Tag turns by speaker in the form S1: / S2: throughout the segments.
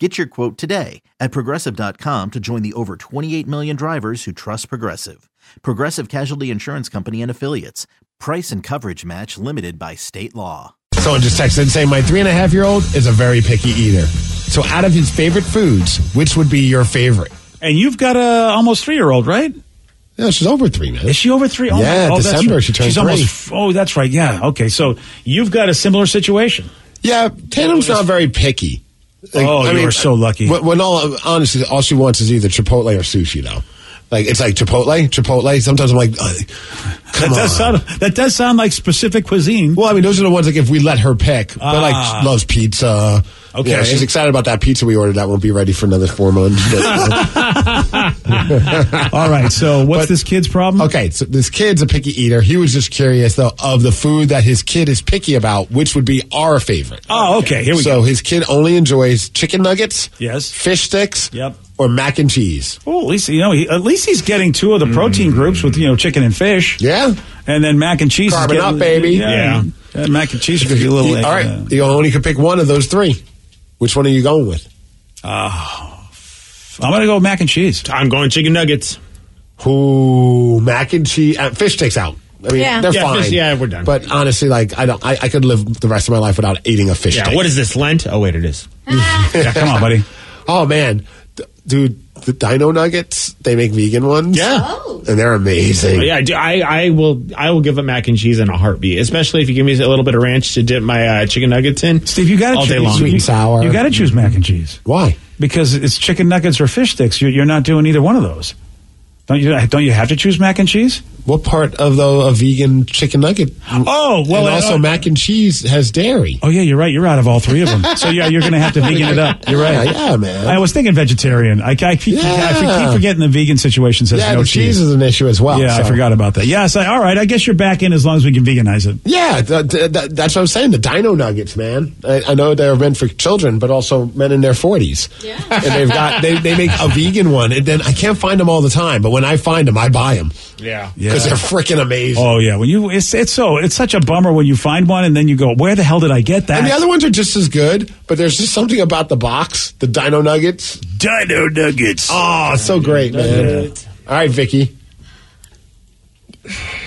S1: Get your quote today at progressive.com to join the over 28 million drivers who trust Progressive. Progressive Casualty Insurance Company and Affiliates. Price and coverage match limited by state law.
S2: Someone just texted saying my three and a half year old is a very picky eater. So out of his favorite foods, which would be your favorite?
S3: And you've got a almost three year old, right?
S2: Yeah, she's over three, man.
S3: Is she over three? Oh,
S2: Yeah,
S3: oh, that's-
S2: December she turned
S3: she's Almost, oh, that's right. Yeah. Okay. So you've got a similar situation.
S2: yeah, Tatum's not very picky. Like,
S3: Oh, you are so lucky.
S2: When, when all honestly, all she wants is either Chipotle or sushi, though. Like it's like Chipotle, Chipotle. Sometimes I'm like, uh, come on.
S3: that does sound that does sound like specific cuisine.
S2: well, I mean, those are the ones like if we let her pick, but like she loves pizza.
S3: Okay.
S2: Yeah, she's excited about that pizza we ordered that won't be ready for another four months.
S3: All right. So what's
S2: But-
S3: this kid's problem?
S2: Okay, so this kid's a picky eater. He was just curious though of the food that his kid is picky about, which would be our favorite.
S3: Oh, okay. Here we
S2: so his kid only enjoys chicken nuggets,
S3: Yes.
S2: fish sticks,
S3: Yep.
S2: or mac and cheese.
S3: go. Oh, at least you know. He, at least he's getting two of the
S2: Mm.
S3: protein groups with you know chicken and fish.
S2: Yeah.
S3: And then mac and cheese. is
S2: Carb it
S3: getting-
S2: up, baby.
S3: Yeah. Yeah, Mac and cheese could be a little.
S2: He- all right,
S3: uh,
S2: you only could pick one of those three. Which one are you going with?
S3: I'm gonna go mac and cheese.
S4: I'm going chicken nuggets.
S2: Who mac and cheese? Uh, fish sticks out. I mean,
S5: Yeah.
S2: they're
S4: Yeah,
S2: fine.
S4: fish- yeah, we're done.
S2: But honestly, like I don't, I, I could live the rest of my life without eating a fish.
S4: Yeah.
S2: stick.
S4: What is this Lent? Oh wait, it is.
S3: Yeah, come on, buddy.
S2: Oh man, D- dude, the Dino Nuggets they make vegan ones.
S4: Yeah.
S5: Oh.
S2: and they're amazing.
S4: But yeah, I, do- I I will I will give up mac and cheese in a heartbeat, especially if you give me a little bit of ranch to dip my uh, chicken nuggets in.
S3: Steve, you got to
S4: all
S3: choose
S4: day long.
S2: Sweet and sour.
S3: You got to choose mac and cheese.
S2: Why?
S3: because it's chicken nuggets or fish sticks. You're, you're not doing either one of those. Don't you? Don't you have to choose mac and cheese?
S2: What part of the a vegan chicken nugget?
S3: Oh well,
S2: and also
S3: uh,
S2: mac and cheese has dairy.
S3: Oh yeah, you're right. You're out of all three of them. so yeah, you're going to have to vegan it up. You're Oh, right.
S2: Yeah, yeah, man.
S3: I was thinking vegetarian. I, I, keep, I
S2: Yeah.
S3: keep forgetting the vegan situation says
S2: yeah,
S3: no
S2: the cheese. is an issue as well.
S3: yeah, I
S2: so-
S3: forgot about that. Yes. I, all right. I guess you're back in as long as we can veganize it.
S2: Yeah, th- th- th- that's what I'm saying. The Dino Nuggets, man. I, I know they're meant for children, but also men in their 40s.
S5: Yeah.
S2: and they've got they, they make a vegan one, and then I can't find them all the time. But when I find them, I buy them
S4: Yeah.
S2: because
S3: Yeah.
S2: they're freaking amazing.
S3: Oh yeah. When you it's it's so it's such a bummer when you find one and then you go, where the hell did I get that?
S2: And the other ones are just as good, but there's just something about the box, the Dino Nuggets.
S3: Dino nuggets.
S2: Oh, it's so great, man. All right, Vicky.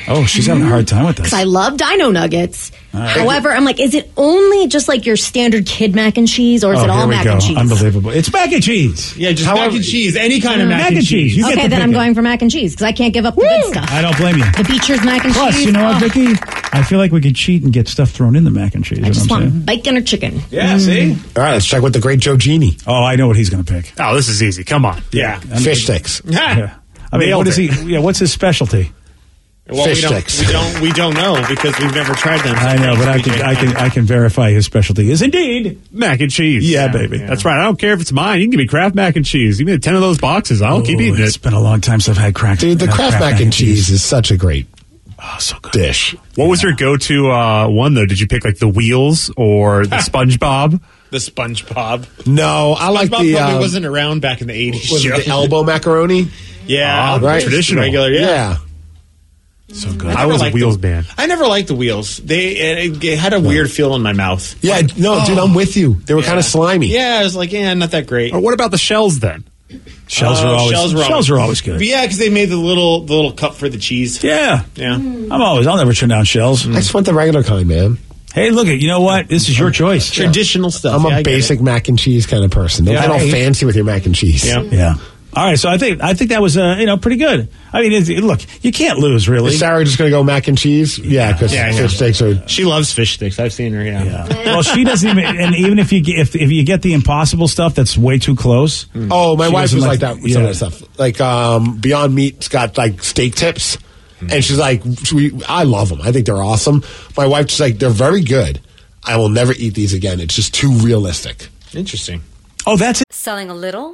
S3: Oh, she's having a hard time with this.
S5: I love dino nuggets. However, I'm like, is it only just like your standard kid mac and cheese or is
S3: oh,
S5: it all
S3: here we
S5: mac
S3: go.
S5: and cheese?
S3: Unbelievable. It's mac and cheese.
S4: Yeah, just mac and cheese, any kind of mac,
S3: Mac and cheese. You get
S5: Okay,
S3: to
S5: then
S3: pick
S5: I'm
S3: it.
S5: going for mac and cheese because I can't give up the good stuff.
S3: I don't blame you.
S5: the Beecher's mac and
S3: Plus,
S5: cheese.
S3: you know what,
S5: oh,
S3: Vicky? I feel like we could cheat and get stuff thrown in the mac and cheese.
S5: I just
S3: you know what I'm
S5: want bacon or chicken.
S4: it. Yeah, see?
S2: All right, let's check with the great Joe Genie.
S3: saying? Oh, I know what he's going to pick.
S4: Oh, this is easy. Come on. Yeah.
S2: Fish sticks.
S3: Yeah. I mean,
S4: Nailed
S3: what is
S4: it.
S3: he? Yeah, what's his specialty?
S4: Well,
S2: Fish
S4: we don't,
S2: sticks.
S4: We don't we don't know because we've never tried them.
S3: I know, but I can, I can, I can verify his specialty is indeed.
S4: mac and cheese.
S3: Yeah, baby.
S4: That's right. I don't care if it's mine. You can give me Kraft mac and cheese. Give me ten of those boxes. I'll keep
S3: Ooh,
S6: Oh,
S4: eating
S3: it's
S4: it.
S3: been a long time since I've had crack.
S2: Dude, the
S3: uh,
S2: Kraft mac and cheese is such a great
S3: Oh, so good.
S2: dish.
S6: What was your go-to uh, one though? Did you pick like the wheels or the SpongeBob?
S4: The SpongeBob.
S2: No, I like
S4: SpongeBob
S2: the,
S4: probably
S2: uh,
S4: wasn't around back in the eighties.
S2: was it the elbow macaroni.
S4: Yeah,
S6: Ah,
S2: right.
S6: Traditional.
S4: regular. Yeah.
S2: Yeah.
S3: So good.
S6: I was a wheels man.
S4: I never liked the wheels. They it, it had a weird feel in my mouth.
S2: Yeah, no, dude, I'm with you. They were kind of slimy.
S4: Oh. Yeah, I was like, yeah, not that great.
S6: Or what about the shells then?
S3: Shells are
S4: Uh,
S3: always shells are always, good.
S4: But yeah, because they made the little the little cup for the cheese.
S3: Yeah.
S4: Yeah.
S3: I'm always. I'll never turn down shells.
S4: Mm.
S2: I just want the regular kind, man.
S3: Hey, look at you know what? This is your choice.
S4: Traditional stuff.
S2: I'm
S4: Yeah, I
S2: a
S4: get
S2: basic
S4: it.
S2: mac and cheese kind of person. Don't
S3: Yeah.
S2: get all
S3: Hey.
S2: fancy with your mac and cheese.
S4: Yeah.
S3: Yeah. All right, so I think I think that was uh, you know pretty good. I mean, it, it- look, you can't lose really.
S2: Is Sarah just going to go mac and cheese? Yeah, because
S4: Yeah, yeah.
S2: fish sticks are.
S4: She loves fish sticks. I've seen her. Yeah.
S3: Yeah. well, she doesn't even, and even if you get, if if you get the impossible stuff, that's way too close.
S2: Oh, my
S3: She
S2: wife
S3: doesn't
S2: was like
S3: like-
S2: that with some
S3: yeah.
S2: of that stuff. Like um, Beyond Meat's got like steak tips,
S3: Hmm.
S2: and she's like, we, I love them. I think they're awesome. My wife's just like, they're very good. I will never eat these again. It's just too realistic.
S4: Interesting.
S3: Oh, that's
S7: Selling a little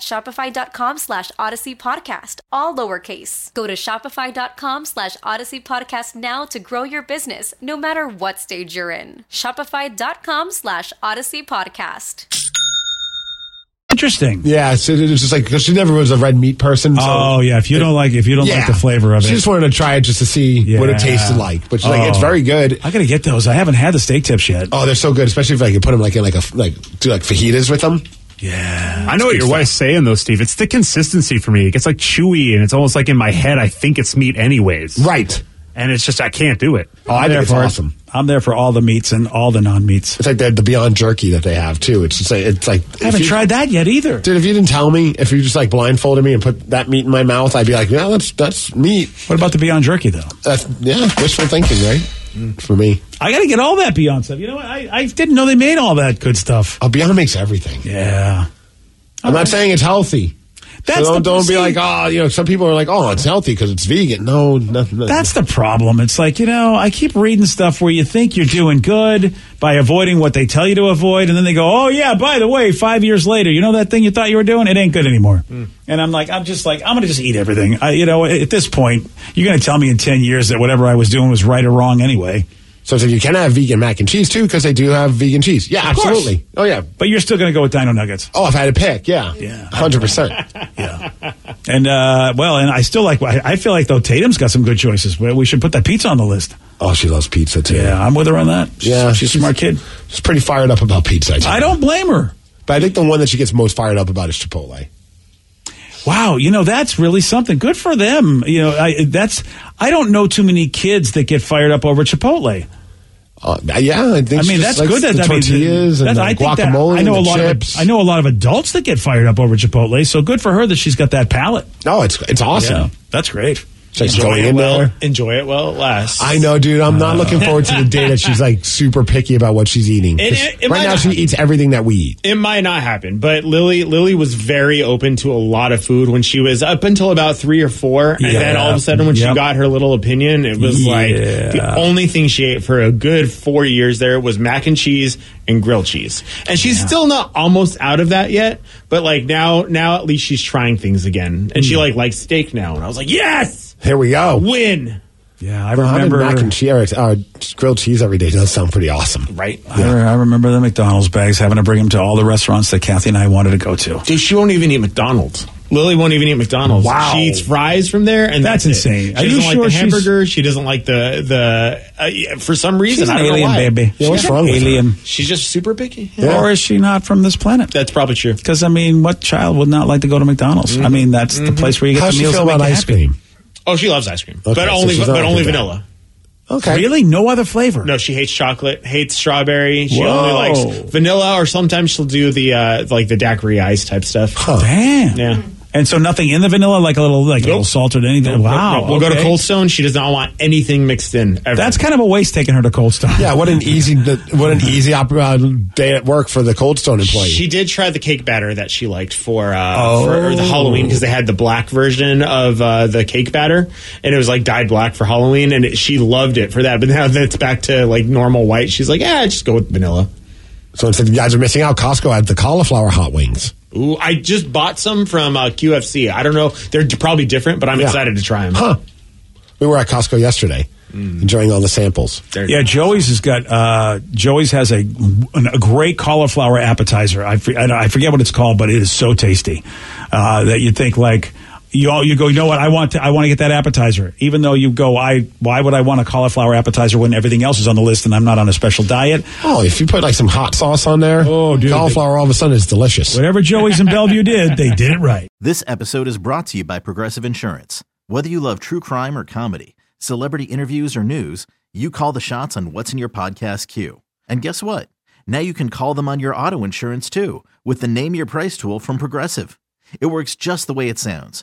S7: shopify.com slash odyssey podcast, all lowercase. Go to shopify.com slash odyssey podcast now to grow your business, no matter what stage you're in. Shopify.com slash odyssey podcast.
S3: Interesting.
S2: Yeah, so it was just like because she never was a red meat person. So
S3: oh yeah, if you don't like if you don't like the flavor of
S2: she
S3: it,
S2: just wanted to try it just to see what
S3: Yeah.
S2: it tasted like. But she's like, it's
S3: Oh.
S2: very good.
S3: I gotta get those. I haven't had the steak tips yet.
S2: Oh, they're so good, especially if like you put them like in like a like do like fajitas with them.
S3: Yeah,
S6: I know what your wife's saying though, Steve. It's the consistency for me. It gets like chewy, and it's almost like in my head I think it's meat anyways.
S2: Right.
S6: And it's just I can't do it.
S2: Oh, I think it's
S3: for
S2: awesome.
S3: I'm there for all the meats and all the non meats.
S2: It's like the, the Beyond Jerky that they have too. It's just like it's like
S3: I
S2: if
S3: haven't
S2: you-
S3: tried that yet either.
S2: Dude, if you didn't tell me, if you just like blindfolded me and put that meat in my mouth, I'd be like, no, that's that's meat.
S3: What about the Beyond Jerky though?
S2: That's yeah, wishful thinking, right? Mm, For me,
S3: I gotta get all that Beyond stuff. You know, what? I I didn't know they made all that good stuff.
S2: oh, Beyond makes everything.
S3: Yeah,
S2: I'm not saying it's healthy.
S3: That's
S2: So don't
S3: the-
S2: don't
S3: see-
S2: be like, oh, you know, some people are like, oh, it's healthy because it's vegan. No, nothing.
S3: That's the problem. It's like, you know, I keep reading stuff where you think you're doing good by avoiding what they tell you to avoid. And then they go, oh, yeah, by the way, five years later, you know that thing you thought you were doing? It ain't good anymore.
S2: Hmm.
S3: And I'm like, I'm just like, I'm going to just eat everything. I, you know, at this point, you're going to tell me in 10 years that whatever I was doing was right or wrong anyway.
S2: so it's like you can have vegan mac and cheese too because they do have vegan cheese. Yeah,
S3: course.
S2: absolutely. Oh yeah.
S3: But you're still going to go with Dino Nuggets.
S2: Oh, if I had to pick, yeah,
S3: Yeah.
S2: hundred percent.
S3: Yeah. and, uh, well, and I still like, I I feel like, though, Tatum's got some good choices. We we should put that pizza on the list.
S2: Oh, she loves pizza too.
S3: Yeah, I'm with her on that. She's-
S2: Yeah,
S3: She's a smart kid.
S2: She's pretty fired up about pizza. I, tell
S3: I
S2: you.
S3: don't blame her.
S2: but I think the one that she gets most fired up about is Chipotle.
S3: Wow, you know that's really something. Good for them. You know, I, that's I don't know too many kids that get fired up over Chipotle.
S2: Uh, yeah, I think.
S3: I
S2: she
S3: mean,
S2: just
S3: that's
S2: likes
S3: good. That
S2: the
S3: I mean,
S2: tortillas
S3: that's-
S2: and the
S3: I think that-
S2: guacamole.
S3: I
S2: and
S3: know a
S2: the
S3: lot
S2: chips.
S3: of I know a lot of adults that get fired up over Chipotle. So good for her that she's got that palate.
S2: No, it's it's awesome.
S3: Yeah, that's great.
S2: It's like
S4: Enjoy
S2: going
S4: it
S2: in
S4: well.
S2: there.
S4: Enjoy it well. It lasts.
S2: I know, dude. I'm
S3: Uh,
S2: not looking forward to the day that she's like super picky about what she's eating.
S4: It-
S2: 'Cause
S4: it- it
S2: right
S4: might
S2: now,
S4: not
S2: she eats everything that we eat.
S4: It might not happen, but Lily Lily was very open to a lot of food when she was up until about three or four, and
S3: Yeah.
S4: then all of a sudden when
S3: Yep.
S4: she got her little opinion, it was like the only thing she ate for a good four years there was mac and cheese and grilled cheese, and she's still not almost out of that yet, but like now now at least she's trying things again, and
S3: Mm.
S4: she like likes steak now, and I was like yes,
S2: Here we go.
S4: win
S3: Yeah, I
S2: Well, having
S3: remember.
S2: mac and cheese, uh, grilled cheese every day does sound pretty awesome.
S4: right.
S3: I, I remember the McDonald's bags having to bring them to all the restaurants that Kathy and I wanted to go to.
S4: Dude, she won't even eat McDonald's. Lily won't even eat McDonald's.
S3: Wow.
S4: She eats fries from there, and
S3: That's
S4: that's, it.
S3: insane. Are
S4: She
S3: you
S4: doesn't like
S3: sure
S4: the
S3: she's-
S4: hamburger. She doesn't like the the. Uh, yeah, for some reason,
S3: She's an
S4: I don't
S3: alien,
S4: know why.
S3: baby.
S2: Yeah, what's
S3: She's an
S2: wrong with her?
S3: alien,
S4: She's just super picky.
S3: or is she not from this planet?
S4: That's probably true.
S3: Because I mean, what child would not like to go to McDonald's?
S4: Mm-hmm.
S3: I mean, that's the place where you get
S2: How's
S3: the
S2: she
S3: meals
S2: feel
S3: that make
S2: about
S3: you
S2: ice
S3: happy.
S2: cream?
S4: Oh, she loves ice cream,
S2: Okay,
S4: but
S2: so
S4: only
S2: she's not
S4: but only
S2: into that.
S4: vanilla.
S2: Okay.
S3: Really, no other flavor.
S4: No, she hates chocolate, hates strawberry. She
S3: Whoa.
S4: only likes vanilla, or sometimes she'll do the uh, like the daiquiri ice type stuff.
S2: Oh.
S3: Damn.
S4: Yeah.
S3: And so nothing in the vanilla, like a little, like a little
S4: Nope.
S3: salted anything. wow.
S4: We'll go to
S3: okay.
S4: Cold Stone. She does not want anything mixed in. Ever.
S3: That's kind of a waste taking her to Cold Stone.
S2: Yeah, what an easy what an easy op- uh, day at work for the Cold Stone employee.
S4: She did try the cake batter that she liked for uh,
S3: Oh.
S4: for the Halloween because they had the black version of uh, the cake batter, and it was like dyed black for Halloween, and it, she loved it for that. But now that it's back to like normal white, she's like, yeah, just go with vanilla.
S2: so instead, you guys are missing out. Costco had the cauliflower hot wings.
S4: Ooh, I just bought some from uh, QFC. I don't know; they're d- probably different, but I'm
S2: Yeah.
S4: excited to try them.
S2: Huh. We were at Costco yesterday,
S3: Mm.
S2: enjoying all the samples.
S3: Yeah, Joey's has got uh, Joey's has a an, a great cauliflower appetizer. I, for, I I forget what it's called, but it is so tasty uh, that you think like you all you go. You know what? I want to I want to get that appetizer. Even though you go, I why would I want a cauliflower appetizer when everything else is on the list and I'm not on a special diet?
S2: Oh, if you put like some hot sauce on there,
S3: Oh, dude.
S2: cauliflower all of a sudden is delicious.
S3: Whatever Joey's in Bellevue did, they did it right.
S1: This episode is brought to you by Progressive Insurance. Whether you love true crime or comedy, celebrity interviews or news, you call the shots on what's in your podcast queue. And guess what? Now you can call them on your auto insurance too with the Name Your Price tool from Progressive. It works just the way it sounds.